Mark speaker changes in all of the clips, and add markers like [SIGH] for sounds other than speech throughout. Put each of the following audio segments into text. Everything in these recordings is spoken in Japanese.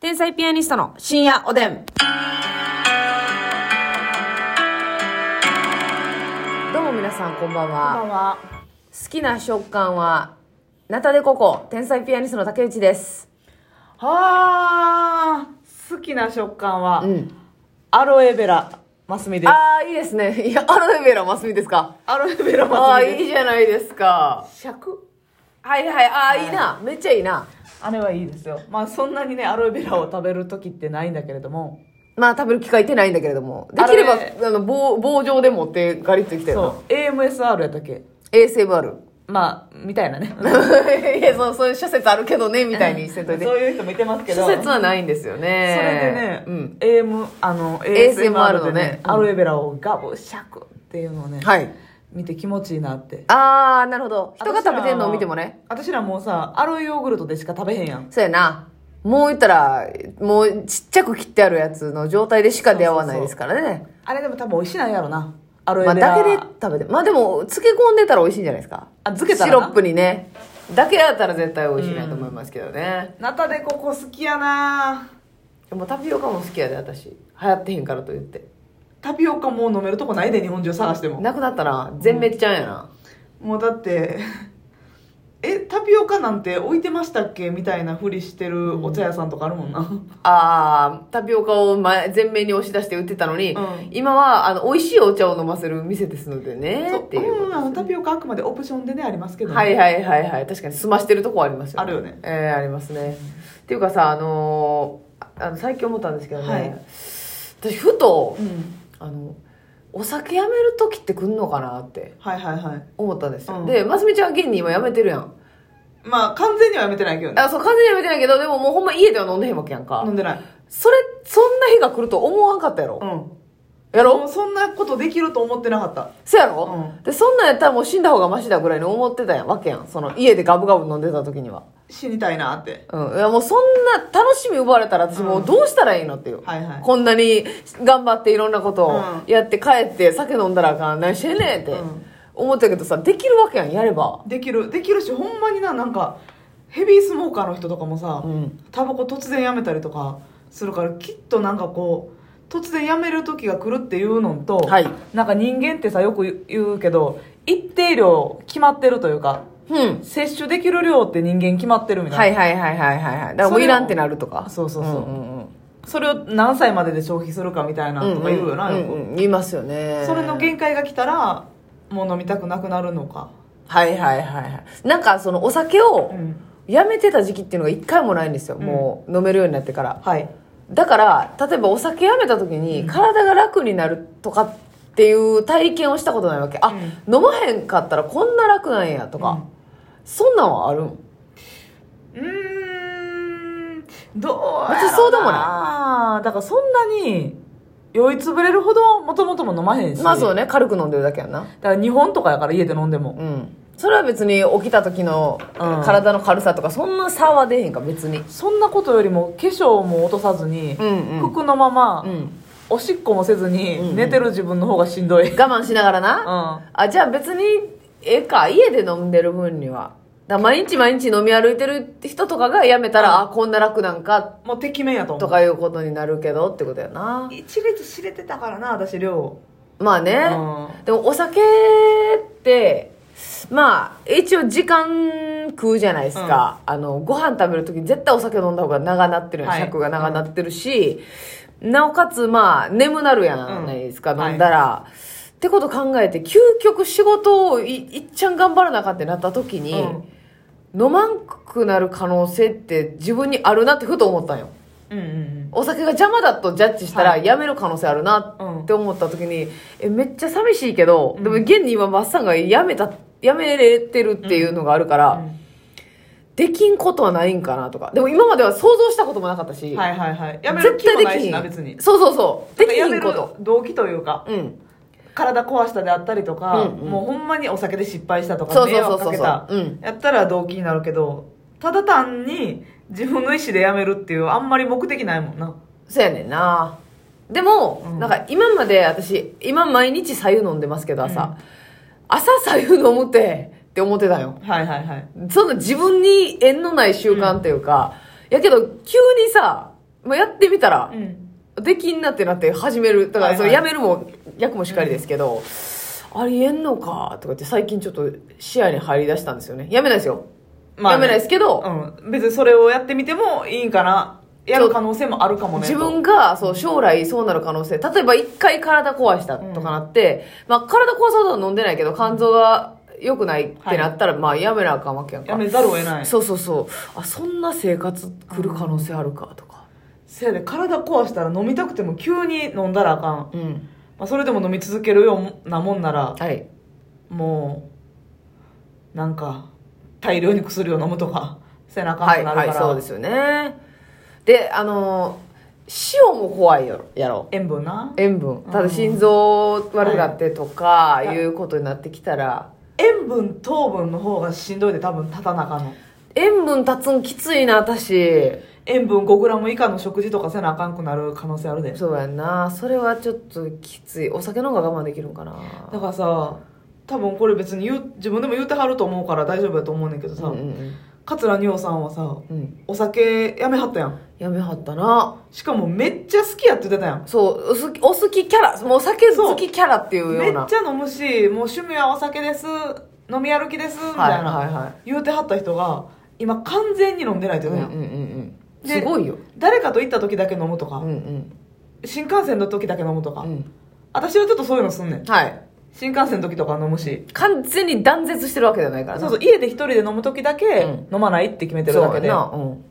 Speaker 1: 天才ピアニストの深夜おでん。どうも皆さんこんばんは。
Speaker 2: こんばんは。
Speaker 1: 好きな食感は、ナタデココ、天才ピアニストの竹内です。
Speaker 2: あー、好きな食感は、
Speaker 1: うん。
Speaker 2: アロエベラ、マスミです。
Speaker 1: ああ、いいですね。いや、アロエベラマスミですか。
Speaker 2: アロエベラ、
Speaker 1: あ
Speaker 2: マ
Speaker 1: あ、
Speaker 2: スミ
Speaker 1: いい
Speaker 2: で
Speaker 1: じゃないですか。
Speaker 2: す。尺
Speaker 1: はいはい、ああ、いいな。めっちゃいいな。
Speaker 2: あれはいいですよ。まあそんなにね、アロエベラを食べる時ってないんだけれども、
Speaker 1: まあ食べる機会ってないんだけれども。で
Speaker 2: あ
Speaker 1: きれ
Speaker 2: れ
Speaker 1: ば、あの、棒、棒状で持ってガリッときたよ
Speaker 2: そう、AMSR やったっけ
Speaker 1: な。ASMR。
Speaker 2: まあ、みたいなね。
Speaker 1: [LAUGHS] いや、そう、そういう諸説あるけどね、みたいにしてといて。
Speaker 2: そういう人もいてますけど。
Speaker 1: 諸説はないんですよね。
Speaker 2: それでね、
Speaker 1: うん。
Speaker 2: AM、あの、
Speaker 1: ASMR
Speaker 2: ASMR
Speaker 1: の
Speaker 2: で
Speaker 1: ね
Speaker 2: ね、
Speaker 1: うん
Speaker 2: アロエベラをガブシャクっていうのをね、
Speaker 1: はい。
Speaker 2: 見て気持ちいいなって。
Speaker 1: あー、なるほど。人が食べてんのを見てもね。
Speaker 2: 私らもうさ、アロエヨーグルトでしか食べへんやん。
Speaker 1: そうやな。もう言ったら、もうちっちゃく切ってあるやつの状態でしか出会わないですからね。
Speaker 2: あれでも多分美味しないやろな。アロエ
Speaker 1: まあ、
Speaker 2: ベラ。
Speaker 1: だけで食べて。まあでも、漬け込んでたら美味しいんじゃないですか。
Speaker 2: あ漬けた
Speaker 1: シ
Speaker 2: ら
Speaker 1: ロ
Speaker 2: な
Speaker 1: ップにね。だけだったら絶対美味しいなと思いますけどね。
Speaker 2: ナタデココ好きやな
Speaker 1: でもタピオカも好きやで、私。流行ってへんからと言って。
Speaker 2: タピオカもう飲めるとこないで、日本中探しても。
Speaker 1: なくなったな。全滅ちゃんやな。
Speaker 2: もうだって、 [LAUGHS] え、タピオカなんて置いてましたっけみたいなふりしてるお茶屋さんとかあるもんな。
Speaker 1: あータピオカを前前面に押し出して売ってたのに、
Speaker 2: うん
Speaker 1: 今はあの美味しいお茶を飲ませる店ですのでね
Speaker 2: そう
Speaker 1: っていう
Speaker 2: うん、あのタピオカあくまでオプションでね、ありますけど、
Speaker 1: はいはいはいはい確かに済ましてるとこありますよ
Speaker 2: あるよね
Speaker 1: ええありますねっていうかさあのーああの最近思ったんですけどね、
Speaker 2: はい
Speaker 1: 私ふと
Speaker 2: うん。
Speaker 1: あのお酒やめる時って来んのかなって
Speaker 2: はいはいはい。
Speaker 1: 思ったんですよ、
Speaker 2: うん
Speaker 1: でますみちゃんは現に今やめてるやん
Speaker 2: まあ、完全にはやめてないけどね。
Speaker 1: あそう完全にやめてないけどでももうほんま家では飲んでへんわけやんか、
Speaker 2: 飲んでない。
Speaker 1: それそんな日が来ると思わんかったやろ、
Speaker 2: うん。
Speaker 1: やろ
Speaker 2: もうそんなことできると思ってなかった。
Speaker 1: そやろ、で、そんなんやったらもう死んだ方がマシだぐらいに思ってたやんわけやん。その家でガブガブ飲んでた時には。
Speaker 2: 死にたいなって。
Speaker 1: うん。いやもうそんな楽しみ奪われたら私もうどうしたらいいのっていう。
Speaker 2: はいはい。
Speaker 1: こんなに頑張っていろんなことを
Speaker 2: うん
Speaker 1: やって帰って酒飲んだらあかん。何してんねんって
Speaker 2: うん
Speaker 1: 思ってたけどさ、できるわけやん、やれば。
Speaker 2: できるできるしほんまにななんかヘビースモーカーの人とかもさ、
Speaker 1: うん
Speaker 2: タバコ突然やめたりとかするからきっとなんかこう突然やめる時が来るっていうのと、
Speaker 1: はい
Speaker 2: なんか人間ってさよく言う言うけど一定量決まってるというか
Speaker 1: うん。
Speaker 2: 摂取できる量って人間決まってるみた
Speaker 1: はいい
Speaker 2: な、
Speaker 1: はいはいはいはいはい。だからもういらんってなるとか。
Speaker 2: そうそうそう、
Speaker 1: んうんうん。
Speaker 2: それを何歳までで消費するかみたいなとか言うよな、
Speaker 1: ん
Speaker 2: よ
Speaker 1: ん
Speaker 2: く
Speaker 1: うんうん言いますよね。
Speaker 2: それの限界が来たらもう飲みたくなくなるのか、
Speaker 1: はいはいはいはい。なんかそのお酒を、
Speaker 2: うん
Speaker 1: やめてた時期っていうのが一回もないんですよ、
Speaker 2: ん
Speaker 1: もう飲めるようになってから
Speaker 2: はい
Speaker 1: だから例えばお酒やめた時に体が楽になるとかっていう体験をしたことないわけあ、
Speaker 2: うん
Speaker 1: 飲まへんかったらこんな楽なんやとか、
Speaker 2: うん
Speaker 1: そんなんはあるん
Speaker 2: うーんどうやろな
Speaker 1: 別にそうでもない
Speaker 2: あーだからそんなに酔いつぶれるほどもともとも飲まへんし
Speaker 1: まあそう
Speaker 2: ね
Speaker 1: ね軽く飲んでるだけやんな
Speaker 2: だから日本とかやから家で飲んでも
Speaker 1: うんそれは別に起きた時の
Speaker 2: うん
Speaker 1: 体の軽さとかそんな差は出へんか別に
Speaker 2: そんなことよりも化粧も落とさずに、
Speaker 1: ん
Speaker 2: 服のまま、
Speaker 1: うん
Speaker 2: おしっこもせずに、
Speaker 1: うんうん
Speaker 2: 寝てる自分の方がしんどい、うん、
Speaker 1: 我慢しながらな、
Speaker 2: あ
Speaker 1: あ、じゃあ別に、ええか、家で飲んでる分には。だ毎日毎日飲み歩いてる人とかがやめたら、あ、こんな楽なんか、
Speaker 2: もうてきめんやと思う
Speaker 1: とかいうことになるけどってことやな。
Speaker 2: 一列知れてたからな私量
Speaker 1: まあね。
Speaker 2: う
Speaker 1: でもお酒って、まあ、一応時間食うじゃないですか。あの、ご飯食べるとき絶対お酒飲んだ方が長なってるやん。
Speaker 2: はい
Speaker 1: 尺が長なってるし、なおかつ、まあ、眠なるやないですか、
Speaker 2: うんはい
Speaker 1: 飲んだら。ってこと考えて、究極仕事をいいっちゃん頑張らなあかんってなったときに、飲まんくなる可能性って自分にあるなってふと思ったんよ。
Speaker 2: うんうん
Speaker 1: お酒が邪魔だとジャッジしたら
Speaker 2: はい
Speaker 1: やめる可能性あるなって思った時に、えめっちゃ寂しいけど、でも現に今マッサンがやめたやめれてるっていうのがあるから、
Speaker 2: うん
Speaker 1: できんことはないんかなとかでも今までは想像したこともなかったし、
Speaker 2: うんはいはいはいやめる気もないしな
Speaker 1: 絶
Speaker 2: 別
Speaker 1: 対でき
Speaker 2: に
Speaker 1: ひんそうそうそうできひ
Speaker 2: やめ
Speaker 1: ん
Speaker 2: る
Speaker 1: こと
Speaker 2: 動機というか
Speaker 1: うん
Speaker 2: 体壊したであったりとか、
Speaker 1: うんうん
Speaker 2: もうほんまにお酒で失敗したとか
Speaker 1: そうそう
Speaker 2: 迷
Speaker 1: そう
Speaker 2: 惑
Speaker 1: そ
Speaker 2: か
Speaker 1: う
Speaker 2: けた、
Speaker 1: うん
Speaker 2: やったら動機になるけどただ単に自分の意思でやめるっていうあんまり目的ないもんな
Speaker 1: そうやねんなでも、
Speaker 2: うん
Speaker 1: なんか今まで私今毎日白湯飲んでますけど朝、朝白湯飲むってって思ってたよ
Speaker 2: はいはいはい
Speaker 1: その自分に縁のない習慣というか、やけど急にさ、まあ、やってみたら
Speaker 2: う、ん
Speaker 1: できんなってなって始めるだか
Speaker 2: は
Speaker 1: ら
Speaker 2: い
Speaker 1: そ
Speaker 2: はい
Speaker 1: れやめるも役もしっかりですけど、ありえんのかとかって最近ちょっと視野に入り出したんですよねやめないですよ、
Speaker 2: まあ
Speaker 1: やめないですけど、
Speaker 2: うん、別にそれをやってみてもいいんかなやる可能性もあるかもね
Speaker 1: 自分
Speaker 2: と
Speaker 1: がそう将来そうなる可能性例えば一回体壊したとかなって、まあ、体壊そうとは飲んでないけど肝臓が良くないってなったら、まあやめなあかんわけやんか
Speaker 2: やめざるを得ない
Speaker 1: そうそうそうあそんな生活来る可能性あるかとか
Speaker 2: せやで体壊したら飲みたくても急に飲んだらあかん、
Speaker 1: うん
Speaker 2: まあ、それでも飲み続けるようなもんなら
Speaker 1: はい
Speaker 2: もうなんか大量に薬を飲むとか [LAUGHS] せなあかん
Speaker 1: は
Speaker 2: く
Speaker 1: い
Speaker 2: なる
Speaker 1: はい
Speaker 2: から、
Speaker 1: そうですよねであのー塩も怖いやろやろ
Speaker 2: 塩分な
Speaker 1: 塩分た
Speaker 2: うん
Speaker 1: だ心臓悪くなってとかいうことになってきたら
Speaker 2: 塩分糖分の方がしんどいで多分立たなあかんの
Speaker 1: 塩分立つんきついな私
Speaker 2: 塩分 5g 以下の食事とかせなあかんくなる可能性あるでだ
Speaker 1: そうやんなそれはちょっときついお酒の方が我慢できるんかな
Speaker 2: からさ多分これ別に言う自分でも言うてはると思うから大丈夫やと思うねんけどさ、
Speaker 1: うんうん
Speaker 2: 桂二葉さんはさ
Speaker 1: うんうん
Speaker 2: お酒やめはったやん
Speaker 1: やめはったな
Speaker 2: しかもめっちゃ好きやって言ってたやん
Speaker 1: そうお好きお好きキャラもうお酒好きキャラっていう
Speaker 2: め
Speaker 1: よ
Speaker 2: っ
Speaker 1: うな
Speaker 2: ちゃ飲むしもう趣味はお酒です飲み歩きですみたいな、
Speaker 1: はいはいは
Speaker 2: 言うてはった人が今完全に飲んでないって
Speaker 1: い
Speaker 2: 言
Speaker 1: う
Speaker 2: うんて
Speaker 1: うんう
Speaker 2: たやん、
Speaker 1: んうん
Speaker 2: です
Speaker 1: ごいよ
Speaker 2: 誰かと行った時だけ飲むとか、
Speaker 1: うんうん
Speaker 2: 新幹線の時だけ飲むとか、
Speaker 1: うん
Speaker 2: 私はちょっとそういうのすんねん
Speaker 1: はい
Speaker 2: 新幹線の時とか飲むし
Speaker 1: 完全に断絶してるわけじゃないからな
Speaker 2: そうそう家で一人で飲む時だけ
Speaker 1: うん
Speaker 2: 飲まないって決めてる
Speaker 1: そう
Speaker 2: だけで、
Speaker 1: やなうん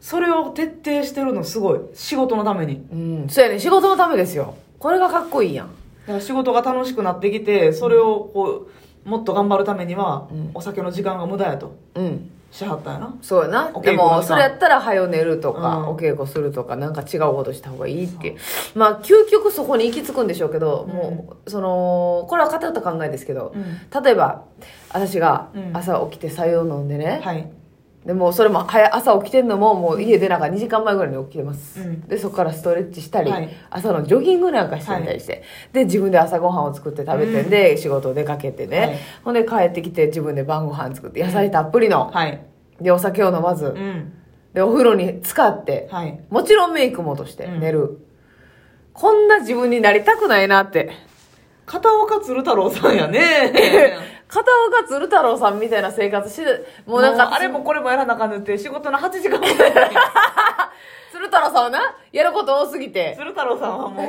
Speaker 2: それを徹底してるのすごい仕事のために
Speaker 1: うんそうやね仕事のためですよこれがかっこいいやん
Speaker 2: だから仕事が楽しくなってきてそれをこうもっと頑張るためには、
Speaker 1: うん
Speaker 2: お酒の時間が無駄やと
Speaker 1: うん
Speaker 2: しはったんやな
Speaker 1: そうやな
Speaker 2: お稽
Speaker 1: で
Speaker 2: 古の時
Speaker 1: も
Speaker 2: 間
Speaker 1: それやったら早う寝るとか、
Speaker 2: うん
Speaker 1: お稽古するとかなんか違うことした方がいいっていうまあ究極そこに行き着くんでしょうけど、
Speaker 2: うん
Speaker 1: もうそのこれは偏った考えですけど、
Speaker 2: う
Speaker 1: 例えば私が
Speaker 2: うん
Speaker 1: 朝起きて白湯飲んでね、
Speaker 2: はい
Speaker 1: でもうそれも早朝起きてんのももう家出なんか2時間前ぐらいに起きてます、
Speaker 2: うん
Speaker 1: でそこからストレッチしたり、
Speaker 2: はい
Speaker 1: 朝のジョギングなんかしてみたりして、で自分で朝ごはんを作って食べてんで、仕事出かけてね、
Speaker 2: はい
Speaker 1: ほんで帰ってきて自分で晩ご飯作って野菜たっぷりの、
Speaker 2: はい
Speaker 1: でお酒を飲まず、
Speaker 2: うん
Speaker 1: でお風呂に浸かって、
Speaker 2: はい
Speaker 1: もちろんメイクも落として
Speaker 2: うん
Speaker 1: 寝る、こんな自分になりたくないなって
Speaker 2: 片岡鶴太郎さんやね
Speaker 1: [LAUGHS] 片岡鶴太郎さんみたいな生活してもうなん
Speaker 2: も
Speaker 1: か
Speaker 2: あれもこれもやらなあかんねんって仕事の8時間もやらなあかん
Speaker 1: 鶴太郎さんはなやること多すぎて
Speaker 2: 鶴太郎さんはもう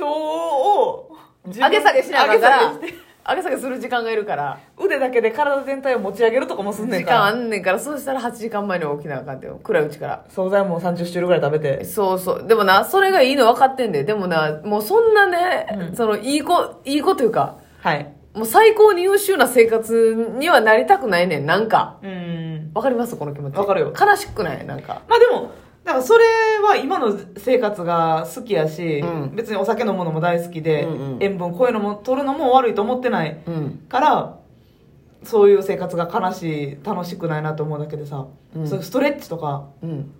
Speaker 2: 腸を自
Speaker 1: 上
Speaker 2: 分
Speaker 1: げ下げしながら
Speaker 2: 上げ下げして
Speaker 1: 上げ下げする時間がいるから
Speaker 2: 腕だけで体全体を持ち上げるとかもすんね
Speaker 1: 時
Speaker 2: んか
Speaker 1: 間あ
Speaker 2: ら
Speaker 1: んねんからそうしたら8時間前に起きなあかんってよ暗いうちから
Speaker 2: 惣菜も30種類ぐらい食べて
Speaker 1: そうそうでもなそれがいいの分かってんででもなもうそんなね、
Speaker 2: うん
Speaker 1: そのいい子いい子というか
Speaker 2: はい
Speaker 1: もう最高に優秀な生活にはなりたくないねんなんか
Speaker 2: うん
Speaker 1: わかりますこの気持ち
Speaker 2: わかるよ
Speaker 1: 悲しくないなんか
Speaker 2: まあでもだからそれは今の生活が好きやし、
Speaker 1: うん
Speaker 2: 別にお酒飲むのも大好きで、
Speaker 1: うんうん
Speaker 2: 塩分こういうのも取るのも悪いと思ってない
Speaker 1: うん
Speaker 2: からそういう生活が悲しい楽しくないなと思うだけでさ、
Speaker 1: うん
Speaker 2: そういうストレッチとか
Speaker 1: うん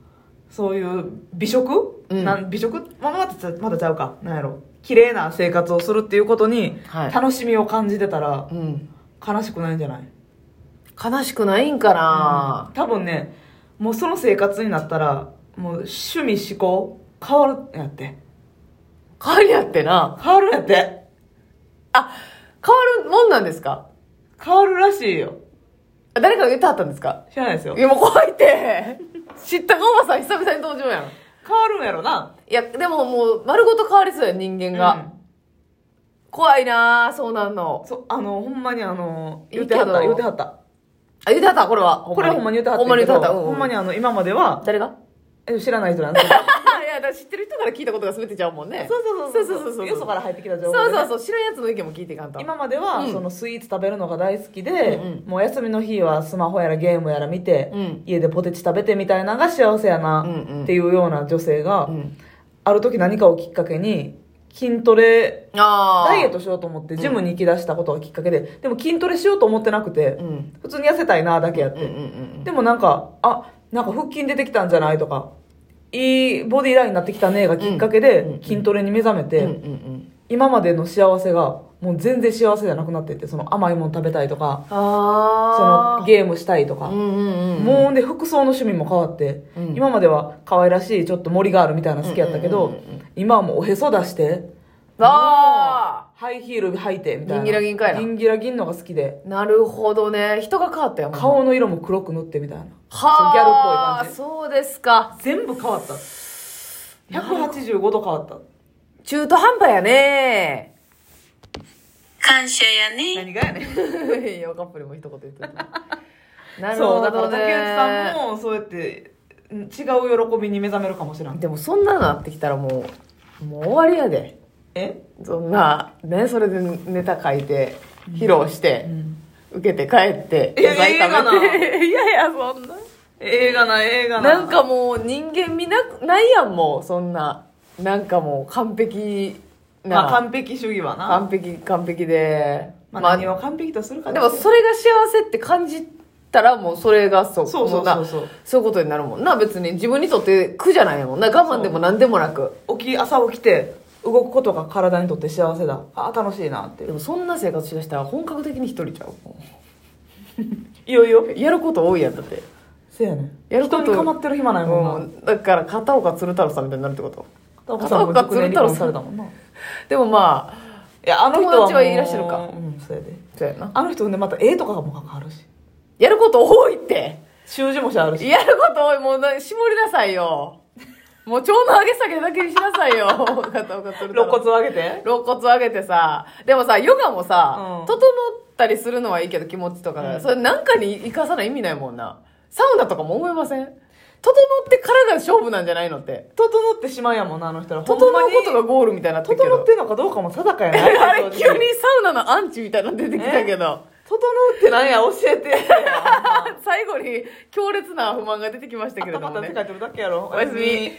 Speaker 2: そういう美食、
Speaker 1: うん
Speaker 2: なん美食、まあ、まだちゃまだちゃうかなんやろ綺麗な生活をするっていうことに
Speaker 1: はい
Speaker 2: 楽しみを感じてたら
Speaker 1: うん
Speaker 2: 悲しくないんじゃない、
Speaker 1: 悲しくないんかな、
Speaker 2: 多分ねもうその生活になったらもう趣味思考変わるんやって
Speaker 1: 変わりやってな
Speaker 2: 変わるんやって
Speaker 1: あ変わるもんなんですか
Speaker 2: 変わるらしいよ
Speaker 1: あ誰かが言ってはったんですか
Speaker 2: 知らないですよ
Speaker 1: いやもう怖いって知ったかおばさん久々に登場やん
Speaker 2: 変わるんやろない
Speaker 1: やでももう丸ごと変わりそうやん人間が、怖いなあそうなん
Speaker 2: うん
Speaker 1: の
Speaker 2: そうあのほんまにあの
Speaker 1: いい
Speaker 2: 言っ
Speaker 1: け
Speaker 2: て
Speaker 1: ど
Speaker 2: はった言ってはった
Speaker 1: あ言ってはったこれは
Speaker 2: これはほんまに言ってはった
Speaker 1: ほんまに言ってはった、
Speaker 2: ほんま
Speaker 1: に
Speaker 2: にあの今まで
Speaker 1: [LAUGHS]
Speaker 2: は
Speaker 1: 誰が
Speaker 2: え知らない人なんですけど
Speaker 1: いやだから知ってる人から聞いたことが全てちゃうもんね
Speaker 2: そうそうそ
Speaker 1: [LAUGHS] そう
Speaker 2: う
Speaker 1: そうそうそう
Speaker 2: よそから入ってきた
Speaker 1: そ
Speaker 2: 情
Speaker 1: う
Speaker 2: 報でね
Speaker 1: そうそう知らんやつの意見も聞いていかんと
Speaker 2: 今までは、
Speaker 1: うん
Speaker 2: そのスイーツ食べるのが大好きで、
Speaker 1: うんうん
Speaker 2: もう休みの日はスマホやらゲームやら見て、
Speaker 1: うん
Speaker 2: 家でポテチ食べてみたいなのが幸せやな
Speaker 1: うんうん
Speaker 2: っていうような女性が、
Speaker 1: うん
Speaker 2: ある時何かをきっかけに筋トレ
Speaker 1: ああ
Speaker 2: ダイエットしようと思ってジムに行き出したことがきっかけで、でも筋トレしようと思ってなくて、
Speaker 1: うん
Speaker 2: 普通に痩せたいなだけやっ
Speaker 1: うんう
Speaker 2: て、
Speaker 1: んうん
Speaker 2: でもなんかあなんか腹筋出てきたんじゃないとかいいボディラインになってきたねがきっかけで、
Speaker 1: うんうんうん
Speaker 2: 筋トレに目覚めて、
Speaker 1: うんうんうん
Speaker 2: 今までの幸せがもう全然幸せじゃなくなってってその甘いもの食べたいとかそ
Speaker 1: あ
Speaker 2: の
Speaker 1: あ
Speaker 2: ゲームしたいとか、
Speaker 1: うんうんうん
Speaker 2: もうで服装の趣味も変わって、
Speaker 1: うん
Speaker 2: 今までは可愛らしいちょっと森があるみたいな好きやったけど、
Speaker 1: うんうんうんうん
Speaker 2: 今はもうおへそ出して
Speaker 1: あ
Speaker 2: ハイヒール履いてみたい
Speaker 1: ギ
Speaker 2: な
Speaker 1: ンギラギンかいな
Speaker 2: ギンギラギンのが好きで
Speaker 1: あなるほどね人が変わったよ
Speaker 2: 顔の色も黒く塗ってみたいな
Speaker 1: はあ
Speaker 2: ギャルっぽい感じ
Speaker 1: そうですか
Speaker 2: 全部変わった185度変わった
Speaker 1: 中途半端や
Speaker 2: [LAUGHS]
Speaker 1: ね
Speaker 3: 感謝やね。
Speaker 2: 何がやねん
Speaker 1: ヨカップルも一言言 [LAUGHS] ってたなる
Speaker 2: そう
Speaker 1: ほ
Speaker 2: だから
Speaker 1: ど
Speaker 2: 竹内さん
Speaker 1: ね
Speaker 2: もそうやってうん違う喜びに目覚めるかもしれん
Speaker 1: でもそんなのなってきたらもうもう終わりやで
Speaker 2: え、
Speaker 1: そんなねそれでネタ書いて披露して、受けて帰って
Speaker 2: え
Speaker 1: 食べてい [LAUGHS] やいやそんな
Speaker 2: 映画な映画な
Speaker 1: なんかもう人間見なくないやんもうそんななんかもう完璧な、
Speaker 2: まあ完璧主義はな、
Speaker 1: 完璧完璧で、
Speaker 2: まあ、
Speaker 1: まあ
Speaker 2: 何を完璧とするか
Speaker 1: でもそれが幸せって感じたらもうそれがそう
Speaker 2: そうそうそうそう
Speaker 1: もなそういうことになるもんな別に自分にとって苦じゃないもんな我慢でも何でもなく
Speaker 2: 起き朝起きて動くことが体にとって幸せだあ楽しいなってい
Speaker 1: で
Speaker 2: う
Speaker 1: もそんな生活しだしたら本格的に一人ちゃうも
Speaker 2: いよいよ
Speaker 1: うやること多いやんだって
Speaker 2: せやねん
Speaker 1: やること
Speaker 2: 人に構ってる暇ないもんな、
Speaker 1: うんだから片岡鶴太郎さんみたいになるってこと
Speaker 2: 片岡さんも熟年離婚されたもんない
Speaker 1: でもまあ
Speaker 2: やあの人はも
Speaker 1: 友
Speaker 2: う
Speaker 1: 達はいらっしゃるか
Speaker 2: うんそうやで
Speaker 1: そうやな
Speaker 2: あの人ほんでまた絵とかがもかかるし
Speaker 1: やること多いって
Speaker 2: 習字もしあるし
Speaker 1: やること多いもうな絞りなさいよもう腸の上げ下げだけにしなさいよ片岡鶴太郎
Speaker 2: 肋骨を上げて
Speaker 1: 肋骨上げてさでもさヨガもさ、
Speaker 2: うん
Speaker 1: 整ったりするのはいいけど気持ちとかが、
Speaker 2: うん
Speaker 1: それなんかに生かさない意味ないもんなサウナとかも思いません整って体が勝負なんじゃないのって
Speaker 2: 整ってしまいやもんなあの人ら
Speaker 1: 整うことがゴールみたいになってるけど
Speaker 2: 整ってんのかどうかも定かやない
Speaker 1: [LAUGHS] あれ急に
Speaker 2: 整
Speaker 1: サウナのアンチみたいなの出てきたけど
Speaker 2: うってなんや教えて
Speaker 1: 最後に強烈な不満が出てきましたけれど
Speaker 2: 頭
Speaker 1: も
Speaker 2: 立
Speaker 1: ね
Speaker 2: てかいてるだけやろ
Speaker 1: おやすみ